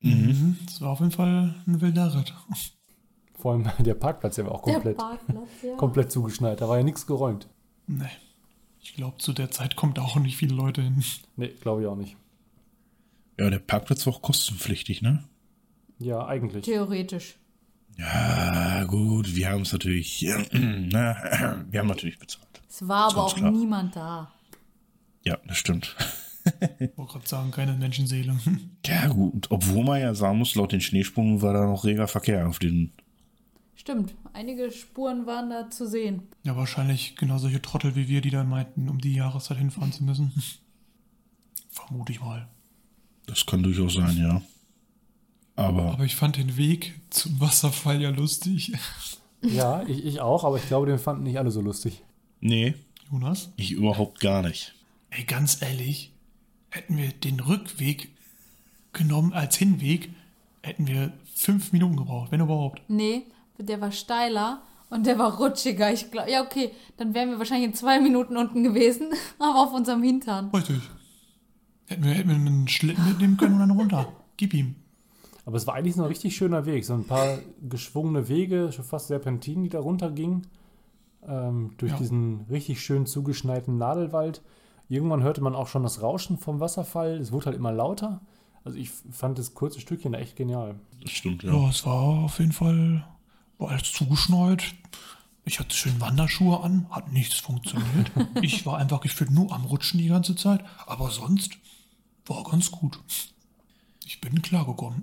Mhm. Mhm. Das war auf jeden Fall ein wilder Ritt. Vor allem der Parkplatz, der war auch komplett. Der Parkplatz, ja. komplett zugeschneit. Da war ja nichts geräumt. Nee. Ich glaube, zu der Zeit kommen da auch nicht viele Leute hin. Nee, glaube ich auch nicht. Ja, der Parkplatz war auch kostenpflichtig, ne? Ja, eigentlich. Theoretisch. Ja, Ah, gut, wir haben es natürlich, na, wir haben natürlich bezahlt. Es war aber Sonst auch klar. niemand da. Ja, das stimmt. Ich wollte gerade sagen, keine Menschenseele. Ja, gut, obwohl man ja sagen muss, laut den Schneesprungen war da noch reger Verkehr auf den. Stimmt, einige Spuren waren da zu sehen. Ja, wahrscheinlich genau solche Trottel wie wir, die dann meinten, um die Jahreszeit hinfahren zu müssen. Vermute ich mal. Das kann durchaus sein, ja. Aber Aber ich fand den Weg zum Wasserfall ja lustig. Ja, ich, ich auch, aber ich glaube, den fanden nicht alle so lustig. nee, Jonas? ich überhaupt gar nicht. Ey, ganz ehrlich, hätten wir den Rückweg genommen als Hinweg, hätten wir fünf Minuten gebraucht, wenn überhaupt. Nee, der war steiler und der war rutschiger. Ich glaube, ja, okay, dann wären wir wahrscheinlich in zwei Minuten unten gewesen, aber auf unserem Hintern. Richtig. Hätten wir, hätten wir einen Schlitten mitnehmen können und dann runter. Gib ihm. Aber es war eigentlich so ein richtig schöner Weg. So ein paar geschwungene Wege, schon fast Serpentinen, die da runtergingen. Ähm, durch Ja. diesen richtig schön zugeschneiten Nadelwald. Irgendwann hörte man auch schon das Rauschen vom Wasserfall. Es wurde halt immer lauter. Also ich fand das kurze Stückchen da echt genial. Das stimmt, ja. Ja, es war auf jeden Fall war alles zugeschneit. Ich hatte schön Wanderschuhe an, hat nichts funktioniert. ich war einfach gefühlt nur am Rutschen die ganze Zeit, aber sonst war ganz gut. Ich bin klargekommen.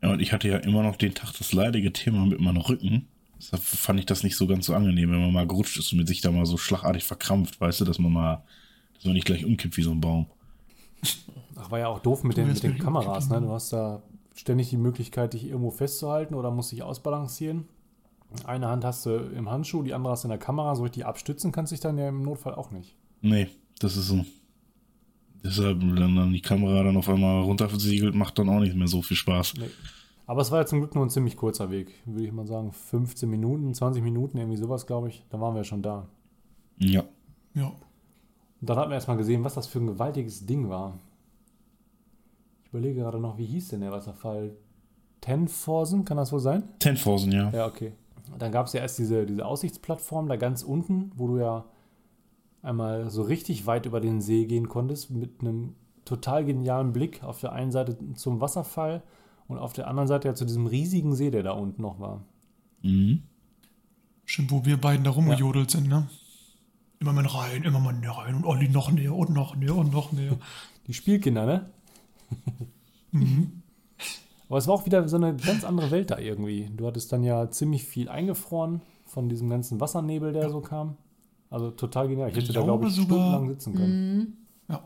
Ja, und ich hatte ja immer noch den Tag das leidige Thema mit meinem Rücken. Deshalb fand ich das nicht so ganz so angenehm, wenn man mal gerutscht ist und mit sich da mal so schlagartig verkrampft, weißt du, dass man mal, dass man nicht gleich umkippt wie so ein Baum. Ach, war ja auch doof mit den, Du mit wärst den mir Kameras, ne? lieber. Du hast da ständig die Möglichkeit, dich irgendwo festzuhalten oder musst dich ausbalancieren. Eine Hand hast du im Handschuh, die andere hast du in der Kamera. So richtig abstützen kannst du dich dann ja im Notfall auch nicht. Nee, das ist so. Deshalb, wenn dann die Kamera dann auf einmal runtersegelt, macht dann auch nicht mehr so viel Spaß. Nee. Aber es war ja zum Glück nur ein ziemlich kurzer Weg, würde ich mal sagen. 15 Minuten, 20 Minuten, irgendwie sowas, glaube ich. Dann waren wir schon da. Ja. Ja, Und dann hat man erstmal gesehen, was das für ein gewaltiges Ding war. Ich überlege gerade noch, wie hieß denn der Wasserfall? Tenforsen, kann das wohl sein? Tenforsen, ja. Ja, okay. Dann gab es ja erst diese, diese Aussichtsplattform da ganz unten, wo du ja einmal so richtig weit über den See gehen konntest, mit einem total genialen Blick auf der einen Seite zum Wasserfall und auf der anderen Seite ja zu diesem riesigen See, der da unten noch war. Mhm. stimmt, wo wir beiden da rumgejodelt sind, ne? Immer mal rein, immer mal näher rein und Olli noch näher und noch näher und noch näher. Die Spielkinder, ne? Aber es war auch wieder so eine ganz andere Welt da irgendwie. Du hattest dann ja ziemlich viel eingefroren von diesem ganzen Wassernebel, der so kam. Also total genial. Ich Ich hätte da, glaube glaube ich, sogar- stundenlang sitzen können. Ja.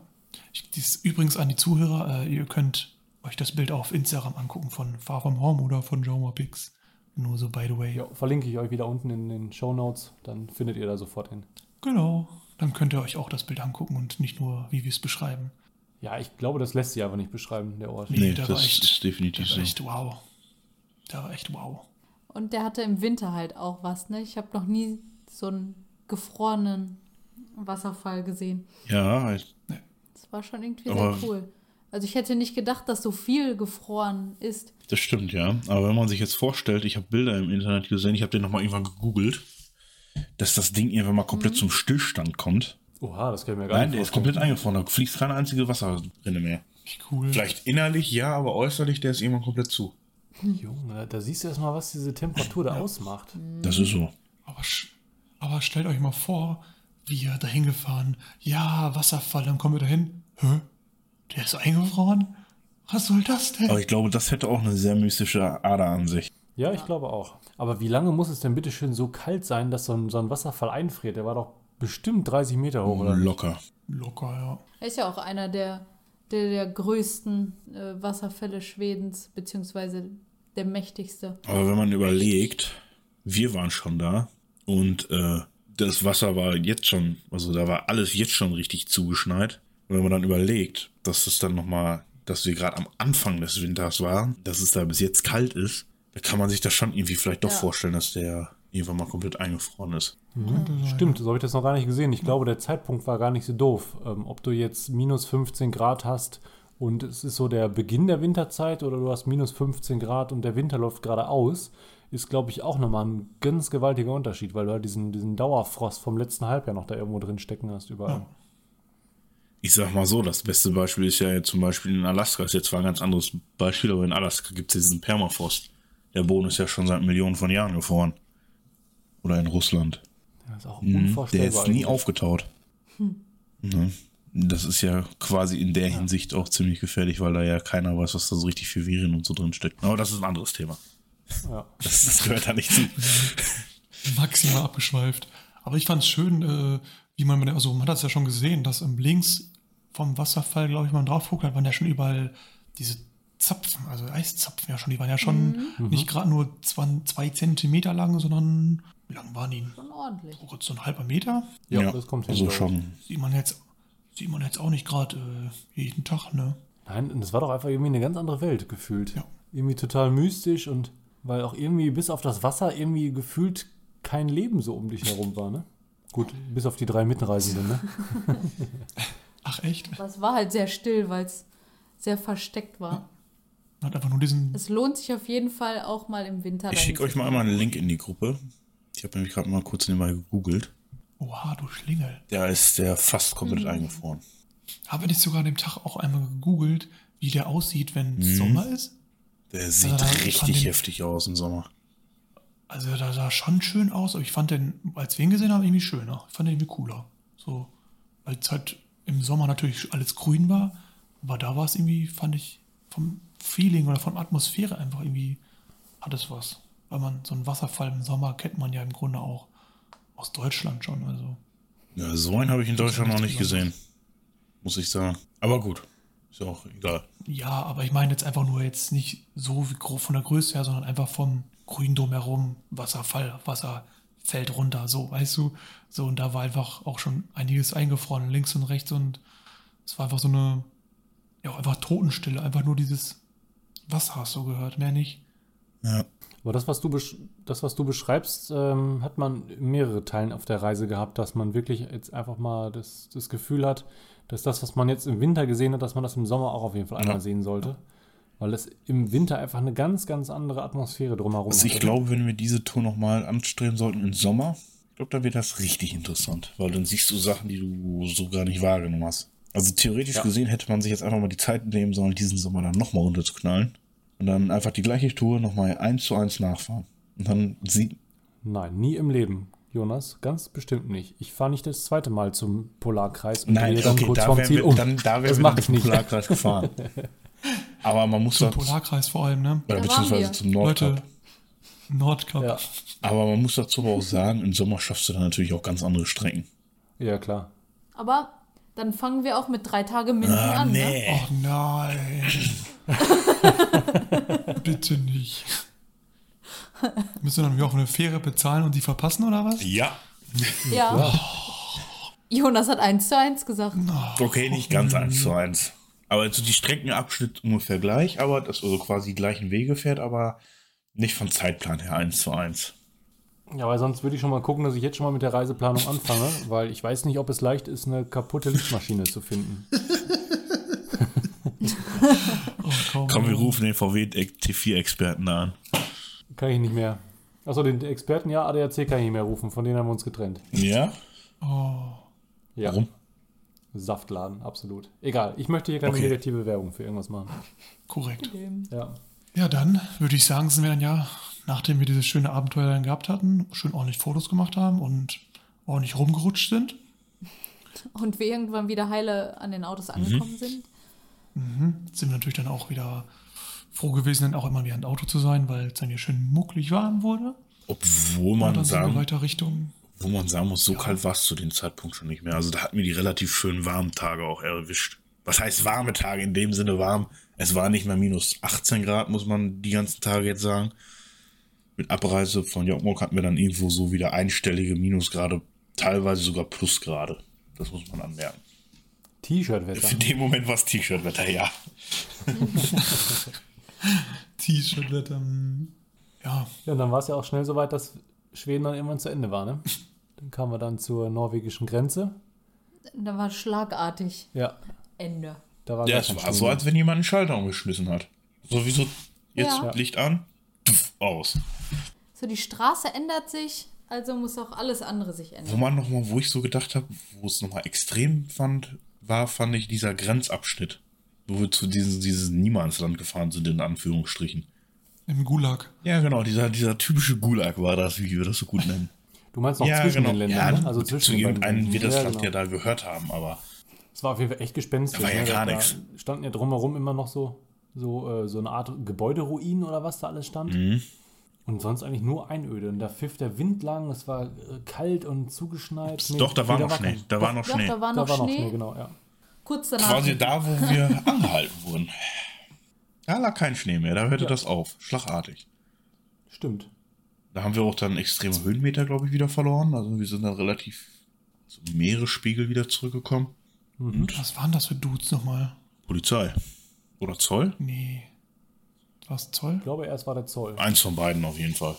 Ich, dies übrigens an die Zuhörer, äh, ihr könnt euch das Bild auf Instagram angucken von Far From Home oder von Joma Pix. Nur so by the way. Ja, verlinke ich euch wieder unten in den Show Notes, dann findet ihr da sofort hin. Genau. Dann könnt ihr euch auch das Bild angucken und nicht nur, wie wir es beschreiben. Ja, ich glaube, das lässt sich einfach nicht beschreiben, der Ort. Nee, Nee, da das war echt- ist definitiv Da war so. echt wow. Da war echt wow. Und der hatte im Winter halt auch was, ne? Ich habe noch nie so einen gefrorenen Wasserfall gesehen. Ja, ich- Das war schon irgendwie Aber- sehr cool. Also ich hätte nicht gedacht, dass so viel gefroren ist. das stimmt, ja. Aber wenn man sich jetzt vorstellt, ich habe Bilder im Internet gesehen, ich habe den nochmal irgendwann gegoogelt, dass das Ding irgendwann mal komplett zum Stillstand kommt. Oha, das kann ich mir gar Nein, nicht Mhm. der ist Mhm. vorstellen. komplett eingefroren, da fließt keine einzige Wasserrinne mehr. Echt cool. Vielleicht innerlich ja, aber äußerlich, der ist irgendwann komplett zu. Junge, da siehst du erstmal, was diese Temperatur da ausmacht. Das ist so. Aber, sch- aber stellt euch mal vor, wir dahin gefahren. Ja, Wasserfall, dann kommen wir dahin. Hä? Der ist eingefroren? Was soll das denn? Aber ich glaube, das hätte auch eine sehr mystische Ader an sich. Ja, ich glaube auch. Aber wie lange muss es denn bitte schön so kalt sein, dass so ein, so ein Wasserfall einfriert? Der war doch bestimmt 30 Meter hoch, oder? Locker. Locker, ja. Er ist ja auch einer der, der, der größten äh, Wasserfälle Schwedens, beziehungsweise der mächtigste. Aber wenn man überlegt, wir waren schon da und äh, das Wasser war jetzt schon, also da war alles jetzt schon richtig zugeschneit. Und wenn man dann überlegt, dass es dann nochmal, dass wir gerade am Anfang des Winters waren, dass es da bis jetzt kalt ist, da kann man sich das schon irgendwie vielleicht doch Ja. vorstellen, dass der irgendwann mal komplett eingefroren ist. Mhm. Stimmt, so habe ich das noch gar nicht gesehen. Ich glaube, der Zeitpunkt war gar nicht so doof. Ähm, ob du jetzt minus 15 Grad hast und es ist so der Beginn der Winterzeit oder du hast minus 15 Grad und der Winter läuft gerade aus, ist, glaube ich, auch nochmal ein ganz gewaltiger Unterschied, weil du halt diesen, diesen Dauerfrost vom letzten Halbjahr noch da irgendwo drin stecken hast überall. Ich sag mal so, das beste Beispiel ist ja jetzt zum Beispiel in Alaska, ist jetzt zwar ein ganz anderes Beispiel, aber in Alaska gibt es diesen Permafrost. Der Boden ist ja schon seit Millionen von Jahren gefroren. Oder in Russland. Das ist auch Mhm. Der unvorstellbar. ist nie eigentlich. Hm. aufgetaut. Ne? Das ist ja quasi in der Hinsicht auch ziemlich gefährlich, weil da ja keiner weiß, was da so richtig für Viren und so drin steckt. Aber das ist ein anderes Thema. Ja. Das, das gehört da nicht zu. maximal abgeschweift. Aber ich fand es schön, äh, wie man, mit der- also man hat es ja schon gesehen, dass ähm, links vom Wasserfall, glaube ich, man drauf guckt, waren ja schon überall diese Zapfen, also Eiszapfen ja schon, die waren ja schon nicht gerade nur zwei, zwei Zentimeter lang, sondern wie lang waren die? Schon ordentlich. Oh Gott, so ein halber Meter? Ja, das kommt hin, Also glaub ich. schon. Sieht man jetzt, sieht man jetzt auch nicht gerade äh, jeden Tag, ne? Nein, und das war doch einfach irgendwie eine ganz andere Welt gefühlt. Ja. Irgendwie total mystisch und weil auch irgendwie bis auf das Wasser irgendwie gefühlt kein Leben so um dich herum war, ne? Gut, bis auf die drei Mitreisenden, ne? Ach echt? Aber es war halt sehr still, weil es sehr versteckt war. Man hat einfach nur diesen. Es lohnt sich auf jeden Fall auch mal im Winter. Ich dahin schicke zu euch mal fahren. einmal einen Link in die Gruppe. Ich habe nämlich gerade mal kurz nebenbei gegoogelt. Oha, du Schlingel. Da ist der fast komplett Hm. eingefroren. Haben wir nicht sogar an dem Tag auch einmal gegoogelt, wie der aussieht, wenn es Mhm. Sommer ist? Der Also sieht da fand richtig den- heftig aus im Sommer. Also da sah schon schön aus, aber ich fand den, als wir ihn gesehen haben, irgendwie schöner. Ich fand den irgendwie cooler. So, weil es halt im Sommer natürlich alles grün war, aber da war es irgendwie, fand ich, vom Feeling oder von Atmosphäre einfach irgendwie hat es was. Weil man so einen Wasserfall im Sommer kennt man ja im Grunde auch aus Deutschland schon. Also Ja, so einen habe ich in Deutschland noch nicht nichts gesehen. Muss ich sagen. Aber gut. Ist ja auch egal. ja, aber ich meine jetzt einfach nur jetzt nicht so wie grob von der Größe her, sondern einfach vom grünen drumherum, Wasserfall, Wasser fällt runter, so, weißt du? So, und da war einfach auch schon einiges eingefroren, links und rechts und es war einfach so eine, ja, auch einfach Totenstille, einfach nur dieses Wasser hast du gehört, mehr nicht. Ja. Aber das, was du, besch das, was du beschreibst, ähm, hat man in mehrere Teilen auf der Reise gehabt, dass man wirklich jetzt einfach mal das, das Gefühl hat, dass das, was man jetzt im Winter gesehen hat, dass man das im Sommer auch auf jeden Fall einmal Ja. sehen sollte. Weil es im Winter einfach eine ganz, ganz andere Atmosphäre drumherum Also ich hat. glaube, wenn wir diese Tour nochmal anstreben sollten im Sommer, ich glaube, dann wird das richtig interessant, weil dann siehst du Sachen, die du so gar nicht wahrgenommen hast. Also theoretisch gesehen hätte man sich jetzt einfach mal die Zeit nehmen sollen, diesen Sommer dann nochmal runterzuknallen und dann einfach die gleiche Tour nochmal eins zu eins nachfahren. Und dann sieht, Nein, nie im Leben, Jonas. Ganz bestimmt nicht. Ich fahre nicht das zweite Mal zum Polarkreis und nein, drehe dann okay, kurz da vorm wären Ziel wir, um. dann, da wären das wir mache dann ich zum nicht. Polarkreis gefahren. Aber man muss Zum dazu, Polarkreis vor allem, ne? äh, waren beziehungsweise wir. zum Nordkap. Leute, Nordkap. Ja. Aber man muss dazu aber auch sagen, im Sommer schaffst du dann natürlich auch ganz andere Strecken. ja, klar. Aber dann fangen wir auch mit drei Tage Minden Ah, an. Ne? nee. Oh nein. Bitte nicht. Müssen wir dann auch eine Fähre bezahlen und die verpassen oder was? Ja. Ja. Jonas hat eins zu eins gesagt. Okay, nicht ganz eins zu eins. Aber also die Streckenabschnitt ungefähr gleich, aber dass also quasi die gleichen Wege fährt, aber nicht vom Zeitplan her eins zu eins. Ja, weil sonst würde ich schon mal gucken, dass ich jetzt schon mal mit der Reiseplanung anfange, weil ich weiß nicht, ob es leicht ist, eine kaputte Lichtmaschine zu finden. Oh, komm. Komm, wir rufen den VW-T4-Experten da an. Kann ich nicht mehr. Achso, den Experten, ja, ADAC kann ich nicht mehr rufen, von denen haben wir uns getrennt. Ja? Oh, Ja. Warum? Saftladen, absolut. Egal, ich möchte hier keine Okay. negative Werbung für irgendwas machen. korrekt. Ja. Ja, dann würde ich sagen, sind wir dann ja, nachdem wir dieses schöne Abenteuer dann gehabt hatten, schön ordentlich Fotos gemacht haben und ordentlich rumgerutscht sind. Und wir irgendwann wieder heile an den Autos angekommen Mhm. sind. sind wir natürlich dann auch wieder froh gewesen, dann auch immer wieder ein Auto zu sein, weil es dann hier schön mucklig warm wurde. Obwohl Und man, dann sind wir sagen, weiter Richtung. obwohl man sagen muss, so kalt war es zu dem Zeitpunkt schon nicht mehr. Also da hatten wir die relativ schönen warmen Tage auch erwischt. Was heißt warme Tage? In dem Sinne warm. Es war nicht mehr minus 18 Grad, muss man die ganzen Tage jetzt sagen. Mit Abreise von Jockmork hatten wir dann irgendwo so wieder einstellige Minusgrade, teilweise sogar Plusgrade. Das muss man anmerken. T-Shirt-Wetter. In dem Moment war es T-Shirt-Wetter, ja. T-Shirt-Wetter. mm. Ja, Ja, und dann war es ja auch schnell so weit, dass Schweden dann irgendwann zu Ende war, ne? Dann kamen wir dann zur norwegischen Grenze. Und dann war schlagartig Ja, Ende. da war Ja, gar es kein war Schnee so, mehr. als wenn jemand einen Schalter umgeschmissen hat. Sowieso jetzt Ja. Licht an, pff, aus. So, die Straße ändert sich, also muss auch alles andere sich ändern. Wo man nochmal, wo ich so gedacht habe, wo es nochmal extrem fand, war, fand ich dieser Grenzabschnitt. Wo wir zu diesem, dieses Niemandsland gefahren sind, in Anführungsstrichen. im Gulag. Ja, genau, dieser, dieser typische Gulag war das, wie wir das so gut nennen. Du meinst noch zwischen den Ländern, ja, ne? Also zwischen zu den beiden irgendeinem wird das Ländern. Ja, Land ja genau. da gehört haben, aber Es war auf jeden Fall echt gespenstig. Da war ja ne? gar da nix. Standen ja drumherum immer noch so, so, äh, so eine Art Gebäuderuinen oder was da alles stand. Mhm. Und sonst eigentlich nur Einöde. Und da pfiff der Wind lang, es war äh, kalt und zugeschneit. Nee, doch, da war nee, noch Schnee. kein- Da war noch Doch, Schnee. da war da noch war noch Schnee. Schnee, genau, ja. Kurz danach. quasi da, wo wir angehalten wurden. Da lag kein Schnee mehr, da hörte Ja. das auf, schlagartig. Stimmt. Da haben wir auch dann extreme Höhenmeter, glaube ich, wieder verloren. Also wir sind dann relativ zum Meeresspiegel wieder zurückgekommen. Was waren das für Dudes nochmal? Polizei. Oder Zoll? Nee. Was Zoll? Ich glaube, erst war der Zoll. Eins von beiden auf jeden Fall.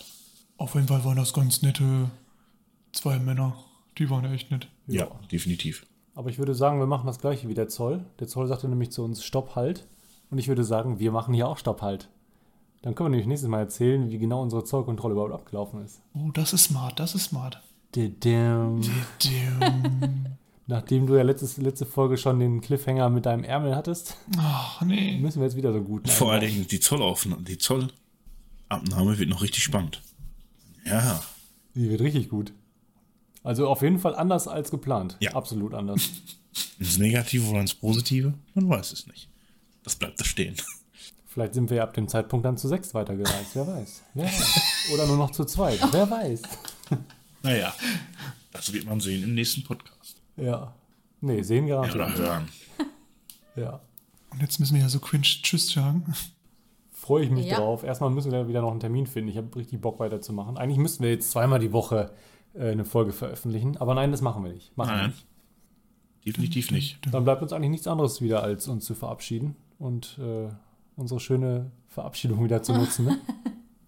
Auf jeden Fall waren das ganz nette zwei Männer. Die waren echt nett. Ja, definitiv. Aber ich würde sagen, wir machen das gleiche wie der Zoll. Der Zoll sagte nämlich zu uns, stopp, halt. Und ich würde sagen, wir machen hier auch Stopp halt. Dann können wir nämlich nächstes Mal erzählen, wie genau unsere Zollkontrolle überhaupt abgelaufen ist. Oh, das ist smart, das ist smart. Didam. Didim. Nachdem du ja letztes, letzte Folge schon den Cliffhanger mit deinem Ärmel hattest, Ach, nee. müssen wir jetzt wieder so gut. Vor allen Dingen die Zollaufnahme, die Zollabnahme wird noch richtig spannend. Ja, Die wird richtig gut. Also auf jeden Fall anders als geplant. Ja. Absolut anders. ins Negative oder ins Positive, man weiß es nicht. Das bleibt da stehen. Vielleicht sind wir ja ab dem Zeitpunkt dann zu sechs weitergereist. Wer weiß. Wer weiß. Oder nur noch zu zweit. Wer weiß. Naja, das wird man sehen im nächsten Podcast. Ja. Nee, sehen Ja, also. oder garantiert. hören. Ja. Und jetzt müssen wir ja so cringe Tschüss sagen. Freue ich mich Ja. drauf. Erstmal müssen wir wieder noch einen Termin finden. Ich habe richtig Bock weiterzumachen. Eigentlich müssten wir jetzt zweimal die Woche äh, eine Folge veröffentlichen. Aber nein, das machen wir nicht. Machen Wir Nein, nicht. definitiv nicht. Dann bleibt uns eigentlich nichts anderes wieder, als uns zu verabschieden und äh, unsere schöne Verabschiedung wieder zu nutzen. Ne?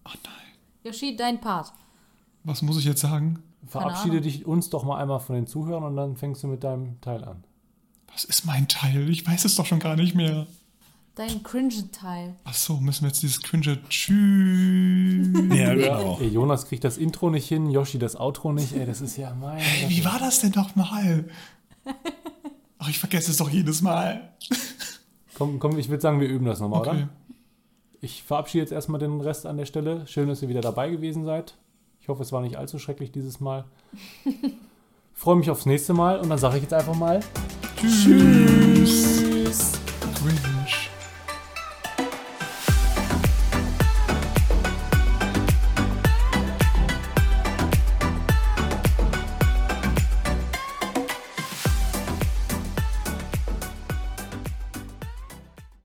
Ach nein. Yoshi, dein Part. Was muss ich jetzt sagen? Verabschiede Ahnung. dich uns doch mal einmal von den Zuhörern und dann fängst du mit deinem Teil an. Was ist mein Teil? Ich weiß es doch schon gar nicht mehr. Dein Cringe-Teil. Ach so, müssen wir jetzt dieses cringe Tschüss. Ja, genau. Ey, Jonas kriegt das Intro nicht hin, Yoshi das Outro nicht. Ey, das ist ja mein. Ey, wie war das denn doch mal? Ach, ich vergesse es doch jedes Mal. Komm, komm, ich würde sagen, wir üben das nochmal, Okay. oder? Ich verabschiede jetzt erstmal den Rest an der Stelle. Schön, dass ihr wieder dabei gewesen seid. Ich hoffe, es war nicht allzu schrecklich dieses Mal. Freue mich aufs nächste Mal und dann sage ich jetzt einfach mal. Tschüss.